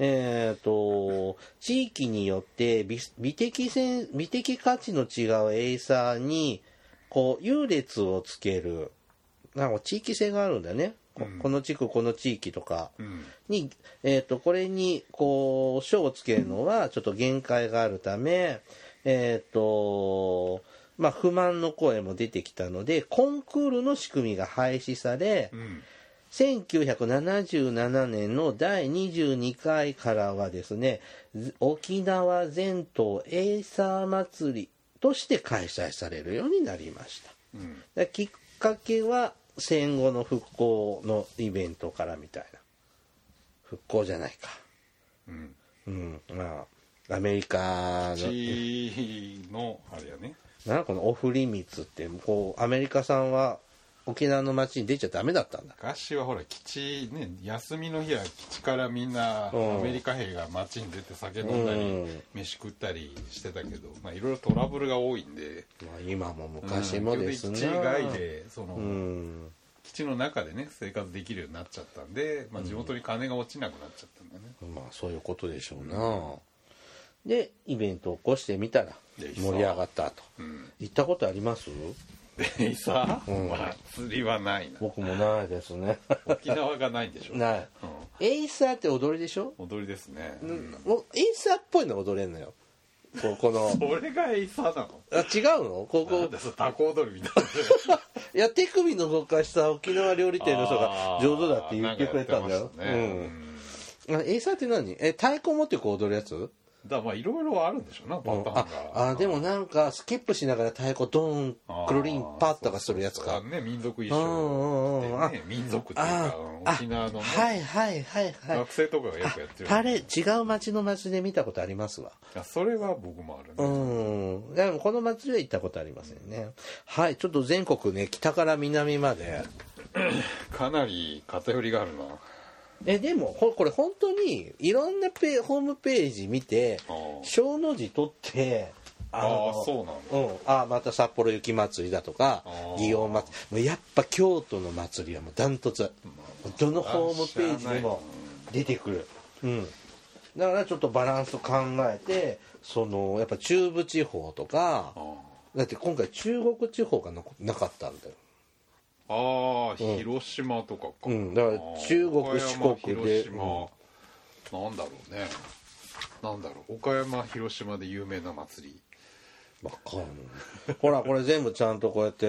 Speaker 1: えっ、と、地域によって美美的せん美的価値の違うエイサーに、こう、優劣をつける、なんか地域性があるんだよね。ここの地区、この地域とか。
Speaker 2: うん
Speaker 1: に、えー、とこれにこう賞をつけるのはちょっと限界があるため、えーとまあ、不満の声も出てきたのでコンクールの仕組みが廃止され
Speaker 2: うん
Speaker 1: 1977年の第22回からはですねず沖縄全島エイサー祭りとして開催されるようになりました。
Speaker 2: うん
Speaker 1: できっかけは戦後の復興のイベントからみたいな復興じゃないか
Speaker 2: うん
Speaker 1: うんまあアメリカの
Speaker 2: 地のあれやね
Speaker 1: なんかこのオフリミッツってこうアメリカさんは沖縄の街に出ちゃダメだったんだ
Speaker 2: 昔はほら基地ね休みの日は基地からみんなア
Speaker 1: うん
Speaker 2: メリカ兵が街に出て酒飲んだり、
Speaker 1: うん
Speaker 2: 飯食ったりしてたけどまあいろいろトラブルが多いんで
Speaker 1: まあ今も昔もですね
Speaker 2: 基地外でその、
Speaker 1: うん
Speaker 2: 基地の中でね生活できるようになっちゃったんで、まあ、地元に金が落ちなくなっちゃったんだね、
Speaker 1: まあそういうことでしょうなでイベントを起こしてみたら盛り上がったと
Speaker 2: ん
Speaker 1: 行ったことあります
Speaker 2: でさ、
Speaker 1: ん
Speaker 2: 祭りはないな
Speaker 1: 僕もないですね
Speaker 2: 沖縄がないんでしょ
Speaker 1: ないエイサーって踊りでしょ
Speaker 2: うん、踊りですね、
Speaker 1: もうエイサーっぽいの踊れんのよこうこの
Speaker 2: それがエイサーなの
Speaker 1: あ違うのこ
Speaker 2: なん
Speaker 1: こ
Speaker 2: でさタコ踊りみたいない
Speaker 1: や手首の動かした沖縄料理店の人が上手だって言ってくれたんだよ
Speaker 2: あーなんかやってました
Speaker 1: うん
Speaker 2: ね
Speaker 1: あエイサーって何え太鼓持ってこう踊るやつ
Speaker 2: だからまあいろいろあるんでしょうなパターン
Speaker 1: あ
Speaker 2: が
Speaker 1: あでもなんかスキップしながら太鼓ドーン
Speaker 2: あー
Speaker 1: クルリンパッとかするやつ
Speaker 2: そう
Speaker 1: か
Speaker 2: そうそうね民族衣
Speaker 1: うん
Speaker 2: 装
Speaker 1: うんうん
Speaker 2: でね民族っていうかうん
Speaker 1: あ
Speaker 2: 沖縄のね
Speaker 1: はいはいはいはい
Speaker 2: 学生とかがよくやってる
Speaker 1: パレ違う町の町で見たことありますわ
Speaker 2: いやそれは僕もあるね、
Speaker 1: うんでもこの祭りは行ったことありませんねはいちょっと全国ね北から南まで
Speaker 2: かなり偏りがあるな
Speaker 1: えでもここれ本当にいろんなペホームページ見て
Speaker 2: あー
Speaker 1: 小の字取っての
Speaker 2: あーそうなんだ
Speaker 1: うん、あーまた札幌雪まつりだとか
Speaker 2: あー
Speaker 1: 祇園祭りもうやっぱ京都の祭りはもうダントツどのホームページでも出てくる、うん、だからちょっとバランス考えてそのやっぱ中部地方とか
Speaker 2: あー
Speaker 1: だって今回中国地方がななかったんだよ
Speaker 2: あー広島とかか、
Speaker 1: うんだから中国
Speaker 2: あー
Speaker 1: 四国
Speaker 2: 岡山
Speaker 1: で
Speaker 2: 広島、なんだろうねなんだろう岡山広島で有名な祭り
Speaker 1: わかんない ほらこれ全部ちゃんとこうやって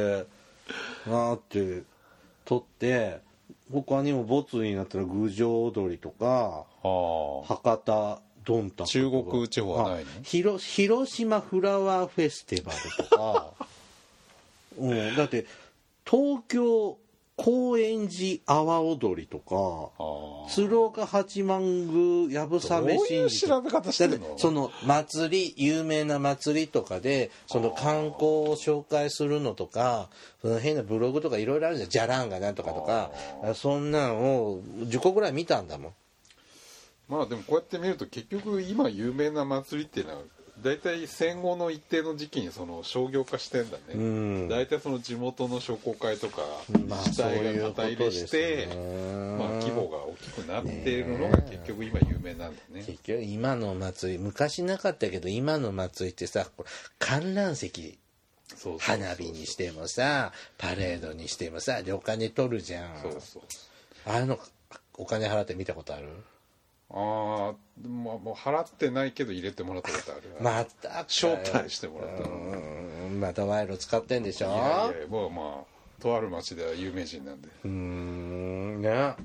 Speaker 1: なーって撮って他にもボツになったら郡上踊りとか
Speaker 2: あ
Speaker 1: 博多どんたく
Speaker 2: 中国地方はないの
Speaker 1: 広広島フラワーフェスティバルとか、 うん、だって東京高円寺阿波踊りとか
Speaker 2: あ
Speaker 1: 鶴岡八幡宮やぶさめ神事とか
Speaker 2: べ方
Speaker 1: だってその祭り有名な祭りとかでその観光を紹介するのとかその変なブログとかいろいろあるじゃんじゃらんがなんとかとかそんなんを10個ぐらい見たんだもん
Speaker 2: まあでもこうやって見ると結局今有名な祭りっていうのは大体戦後の一定の時期にその商業化してんだね、
Speaker 1: うん
Speaker 2: 大体その地元の商工会とか
Speaker 1: まあ
Speaker 2: 自治体が肩入れして、
Speaker 1: そういうことですね
Speaker 2: まあ、規模が大きくなっているのが結局今有名なんだね
Speaker 1: 結局今の祭り昔なかったけど今の祭りってさこう観覧席
Speaker 2: そうそうそう
Speaker 1: 花火にしてもさパレードにしてもさ旅館に取るじゃん
Speaker 2: そうそう
Speaker 1: あのお金払って見たことある
Speaker 2: ああまあもう払ってないけど入れてもらったことあるな、
Speaker 1: また
Speaker 2: 招待してもらったの
Speaker 1: うんまた賄賂使ってんでしょ
Speaker 2: いやいやまあまあとある町では有名人なんで
Speaker 1: うーんね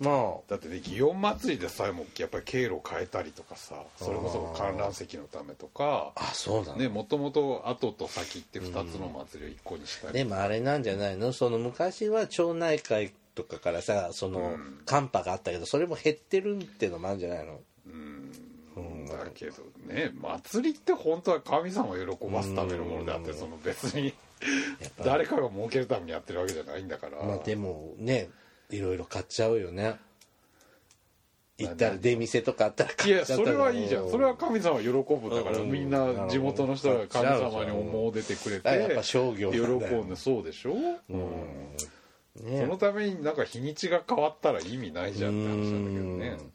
Speaker 1: まあ
Speaker 2: だってね祇園祭りでさえもやっぱり経路変えたりとかさそれこそ観覧席のためとか
Speaker 1: あそうなの
Speaker 2: ねもともと後と先って2つの祭りを1個にしたり
Speaker 1: でもあれなんじゃないのその昔は町内会とかからさその寒波があったけどそれも減ってるっていうのもあるんじゃないの
Speaker 2: だけどね祭りって本当は神様を喜ばすためのものであってその別に誰かが儲けるためにやってるわけじゃないんだから
Speaker 1: まあでもねいろいろ買っちゃうよね行ったら出店とかあったら
Speaker 2: い
Speaker 1: 買っ
Speaker 2: や
Speaker 1: ちゃった
Speaker 2: そ
Speaker 1: ら
Speaker 2: れはいいじゃんそれは神様喜ぶだから
Speaker 1: うん
Speaker 2: みんな地元の人が神様に思う出てくれ
Speaker 1: だからやってぱ商業
Speaker 2: 喜
Speaker 1: なんだよ
Speaker 2: んでそうでしょうんそ
Speaker 1: ね
Speaker 2: のためになんか日にちが変わったら意味ないじゃんって話なんだけどね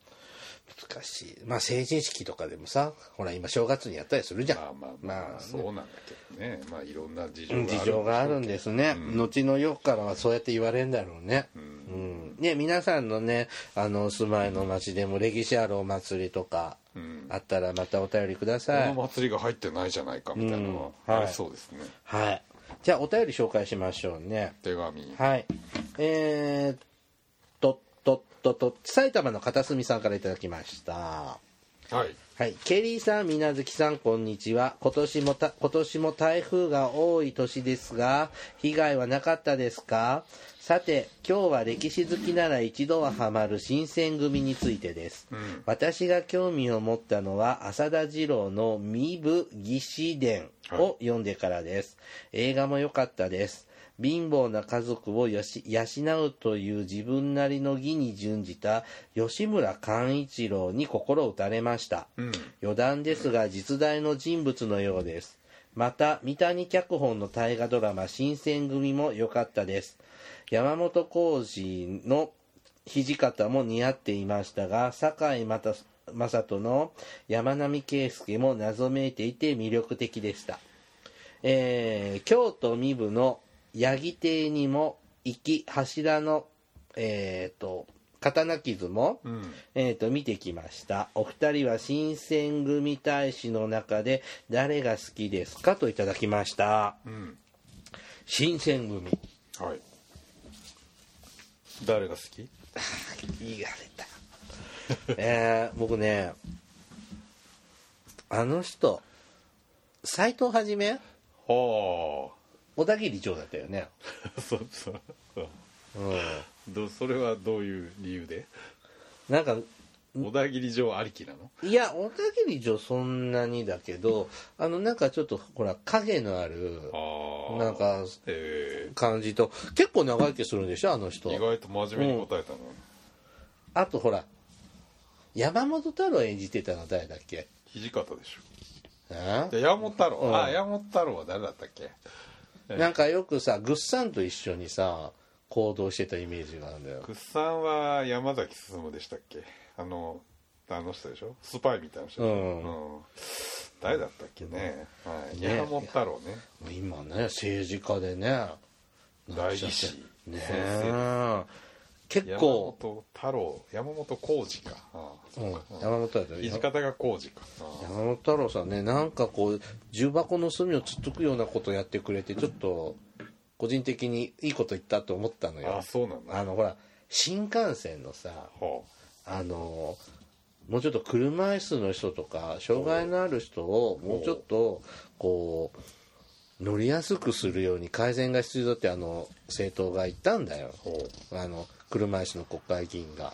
Speaker 1: 難しいまあ成人式とかでもさほら今正月にやったりするじゃん
Speaker 2: まあまあまあそうなんだけどねまあいろんな事情があるんでしょう
Speaker 1: 事
Speaker 2: けど
Speaker 1: 情があるんですね、後の世からはそうやって言われるんだろうね、うんね皆さんのねあのお住まいの町でも歴史あるお祭りとかあったらまたお便りください、
Speaker 2: この祭りが入ってないじゃないかみたいなの
Speaker 1: うんは
Speaker 2: はいありそうですね
Speaker 1: はいじゃあお便り紹介しましょうね
Speaker 2: 手紙
Speaker 1: はいえー、っとととと埼玉の片隅さんからいただきました
Speaker 2: はい
Speaker 1: はい、ケリーさん、水無月さん、こんにちは。今年もた、今年も台風が多い年ですが、被害はなかったですかさて、今日は歴史好きなら一度はハマる新選組についてです。私が興味を持ったのは、浅田次郎の身部義士伝を読んでからです。映画も良かったです。貧乏な家族をよし養うという自分なりの義に準じた吉村勘一郎に心打たれました、余談ですが実在の人物のようですまた三谷脚本の大河ドラマ「新選組」も良かったです山本浩二の土方も似合っていましたが堺井正正人の山並圭介も謎めいていて魅力的でしたえー京都壬部の八木邸にも行き柱の、えー、と刀傷も、えー、と見てきましたお二人は新選組大使の中で誰が好きですかといただきました、新選組
Speaker 2: はい誰が好き
Speaker 1: 言われたえー僕ねあの人斎藤はじめ
Speaker 2: は
Speaker 1: 小田切長だったよね
Speaker 2: あそうそうそうどそれはどういう理由で
Speaker 1: なんか
Speaker 2: 小田切城ありきなの
Speaker 1: いや、小田切城そんなにだけど、あの、なんかちょっと、ほら、影のある、
Speaker 2: ああ
Speaker 1: なんか、
Speaker 2: え
Speaker 1: 感じと、結構長生きするんでしょ、あの人
Speaker 2: ー、意。外と真面目に答えたの、
Speaker 1: あと、ほら、山本太郎演じてたの誰だっけ
Speaker 2: 土方でしょ
Speaker 1: あ
Speaker 2: じゃあ山本太郎、
Speaker 1: ん
Speaker 2: あ山本太郎は誰だったっけ
Speaker 1: なんかよくさ、ぐっさんと一緒にさ、行動してたイメージがあるんだよ。
Speaker 2: くっさんは山崎進でしたっけあのあの人でしょスパイみたいな人でしょ、
Speaker 1: うん
Speaker 2: うん誰だったっけね、はい、
Speaker 1: ね
Speaker 2: 山本太郎ね
Speaker 1: もう今ね、政治家でね、
Speaker 2: 大義士
Speaker 1: ね
Speaker 2: 先
Speaker 1: え
Speaker 2: 生
Speaker 1: 結
Speaker 2: 山
Speaker 1: 構、
Speaker 2: 本太郎山本浩二かああ
Speaker 1: う
Speaker 2: そ
Speaker 1: ん
Speaker 2: うか、うん
Speaker 1: 山本太郎。
Speaker 2: 土方が浩二かああ
Speaker 1: 山本太郎さんねなんかこう重箱の隅をつっつくようなことやってくれてちょっと個人的にいいこと言ったと思ったのよ
Speaker 2: あそうなんだ
Speaker 1: あのほら新幹線のさ
Speaker 2: は
Speaker 1: あのもうちょっと車椅子の人とか障害のある人をもうちょっとこう乗りやすくするように改善が必要だってあの政党が言ったんだよ
Speaker 2: ほ
Speaker 1: あの車椅子の国会議員が。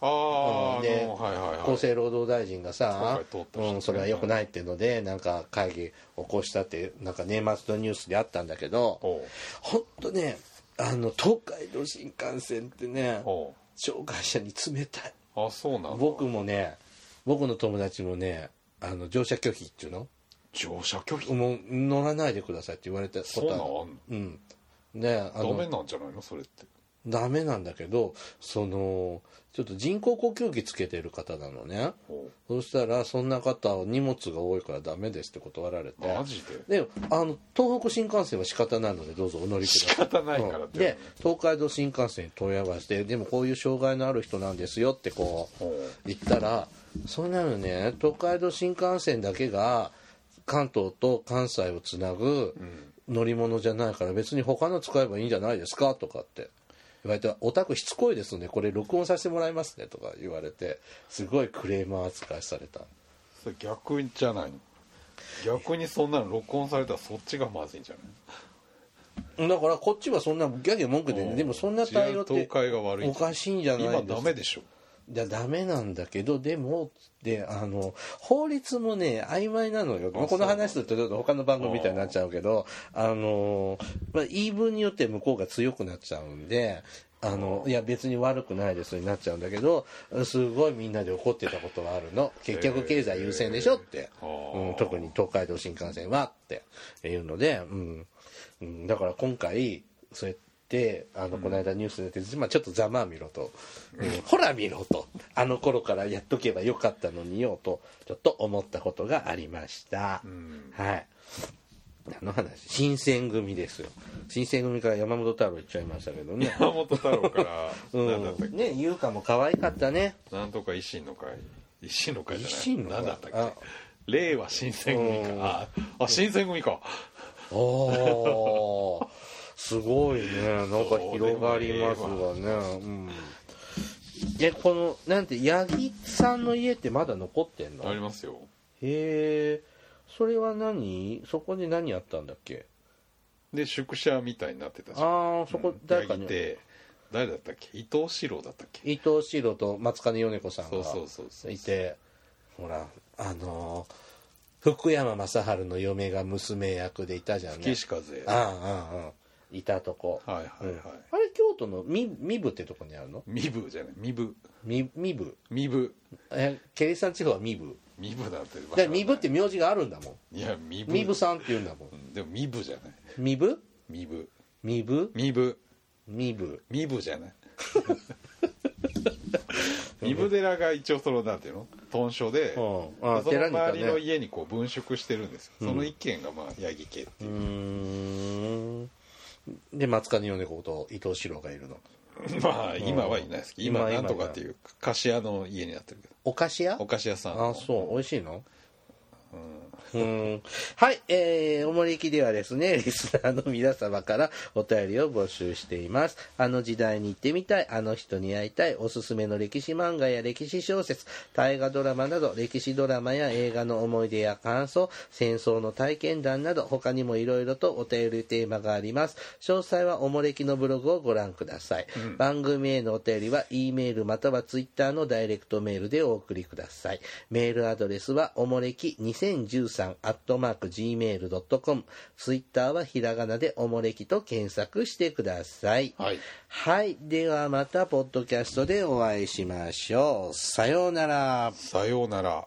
Speaker 2: あああ
Speaker 1: で
Speaker 2: のはいはいは
Speaker 1: 厚
Speaker 2: い
Speaker 1: 生労働大臣がさ
Speaker 2: 今回通った、人
Speaker 1: うん、それは良くないっていうのでなんか会議起こしたってなんか年末のニュースであったんだけど
Speaker 2: ほ
Speaker 1: 本当ねあの東海道新幹線ってね
Speaker 2: うほ
Speaker 1: 障害者に冷たい。
Speaker 2: うあそうなんだ
Speaker 1: 僕もね僕の友達もねあの乗車拒否っていうの
Speaker 2: 乗車拒否
Speaker 1: もう乗らないでくださいって言われたこ
Speaker 2: そんなんあん
Speaker 1: とあるうんねあ
Speaker 2: のダ
Speaker 1: の
Speaker 2: メなんじゃないのそれって
Speaker 1: ダメなんだけどそのちょっと人工呼吸器つけてる方なのね
Speaker 2: ほ
Speaker 1: そしたらそんな方は荷物が多いからダメですって断られ
Speaker 2: うマ
Speaker 1: て
Speaker 2: ジで
Speaker 1: であの東北新幹線は仕方ないのでどうぞお乗りください
Speaker 2: 仕方ないから
Speaker 1: う
Speaker 2: っ
Speaker 1: ん
Speaker 2: て
Speaker 1: で東海道新幹線に問い合わせてでもこういう障害のある人なんですよってこう
Speaker 2: ほ
Speaker 1: 言ったらそんなのね東海道新幹線だけが関東と関西をつなぐ乗り物じゃないから別に他の使えばいいんじゃないですかとかって言われて「オタクしつこいですのでこれ録音させてもらいますね」とか言われてすごいクレーマー扱いされた
Speaker 2: それ逆じゃないの逆にそんなの録音されたらそっちがまずいんじゃない
Speaker 1: だからこっちはそんなギャギャ文句で
Speaker 2: うん
Speaker 1: でもそんな対応っ
Speaker 2: 自由
Speaker 1: て
Speaker 2: 倒壊が悪い
Speaker 1: おかしいんじゃないです
Speaker 2: 今
Speaker 1: か
Speaker 2: ダメでしょ
Speaker 1: いやダメなんだけどでもであの法律もね曖昧なのよまあこの話するとちょっと他の番組みたいになっちゃうけどあの、まあ、言い分によって向こうが強くなっちゃうんであのいや別に悪くないですになっちゃうんだけどすごいみんなで怒ってたことはあるの結局経済優先でしょって、
Speaker 2: へー
Speaker 1: うん、特に東海道新幹線はっていうので、うんうん、だから今回そうやってあのこの間ニュースで出てて、まあ、ちょっとざまあみろと、うんほら見ろとあの頃からやっとけばよかったのによとちょっと思ったことがありました、
Speaker 2: ん
Speaker 1: はいあの話新選組ですよ新選組から山本太郎行っちゃいましたけどね
Speaker 2: 山本太郎か ら
Speaker 1: う
Speaker 2: 何だったっ
Speaker 1: んね優香も可愛かったね
Speaker 2: けなんとか維新の会維新の会じゃな
Speaker 1: 維
Speaker 2: い
Speaker 1: 新の会
Speaker 2: 何だったっ
Speaker 1: あ
Speaker 2: け令和新選組
Speaker 1: うん
Speaker 2: かああ新選組か
Speaker 1: おーすごいねなんか広がりますわねうんえこのなんて八木さんの家ってまだ残ってんの
Speaker 2: あり
Speaker 1: へ
Speaker 2: ますよ
Speaker 1: えそれは何そこで何あったんだっけ
Speaker 2: で宿舎みたいになってたじゃん
Speaker 1: ああそこ誰か
Speaker 2: い
Speaker 1: に
Speaker 2: て誰だったっけ伊藤四郎だったっけ
Speaker 1: 伊藤四郎と松金米子さん
Speaker 2: そう
Speaker 1: が
Speaker 2: そうそうそう
Speaker 1: いてほらあのー福山雅治の嫁が娘役でいたじゃんね
Speaker 2: 岸風
Speaker 1: あ
Speaker 2: はい
Speaker 1: あああいたとこ
Speaker 2: はいはい
Speaker 1: あれ京都のみみぶってとこにあるの
Speaker 2: 身分じゃない身分
Speaker 1: みみぶ
Speaker 2: 身分
Speaker 1: えケリさん地方はみぶ
Speaker 2: 身分なんて場所
Speaker 1: だ
Speaker 2: はな
Speaker 1: か
Speaker 2: い
Speaker 1: らみぶって名字があるんだも
Speaker 2: いや身
Speaker 1: ん
Speaker 2: 分
Speaker 1: みぶさんって言うんだもん
Speaker 2: うんでも身分じゃない
Speaker 1: みぶ
Speaker 2: 身分
Speaker 1: みぶ
Speaker 2: 身分
Speaker 1: みぶ
Speaker 2: 身分じゃない 身分寺が一応そのなんていうの豚書で、
Speaker 1: うんあ
Speaker 2: でそ
Speaker 1: 寺に
Speaker 2: の
Speaker 1: いたね
Speaker 2: 周りの家にこう分職してるんですよ、その一軒がまあ八木家って
Speaker 1: う
Speaker 2: いう、
Speaker 1: ーんで松金米子と伊藤四郎がいるの
Speaker 2: まあ今はいないですけど今
Speaker 1: 今
Speaker 2: なんとかっていう菓子屋の家になってるけど
Speaker 1: お菓子屋
Speaker 2: お菓子屋さんの
Speaker 1: あそう美味しいのうんはい、えー、おもれきではですね、 リスナーの皆様からお便りを募集しています。あの時代に行ってみたい、あの人に会いたい、おすすめの歴史漫画や歴史小説、大河ドラマなど、歴史ドラマや映画の思い出や感想、戦争の体験談など、他にもいろいろとお便りテーマがあります。詳細はおもれきのブログをご覧ください。番組へのお便りは、E メールまたは Twitter のダイレクトメールでお送りください。メールアドレスは、おもれき2013アットマーク Gmail.com。Twitter はひらがなでおもれきと検索してください。
Speaker 2: はい
Speaker 1: はい。ではまた、ポッドキャストでお会いしましょう。さようなら。
Speaker 2: さようなら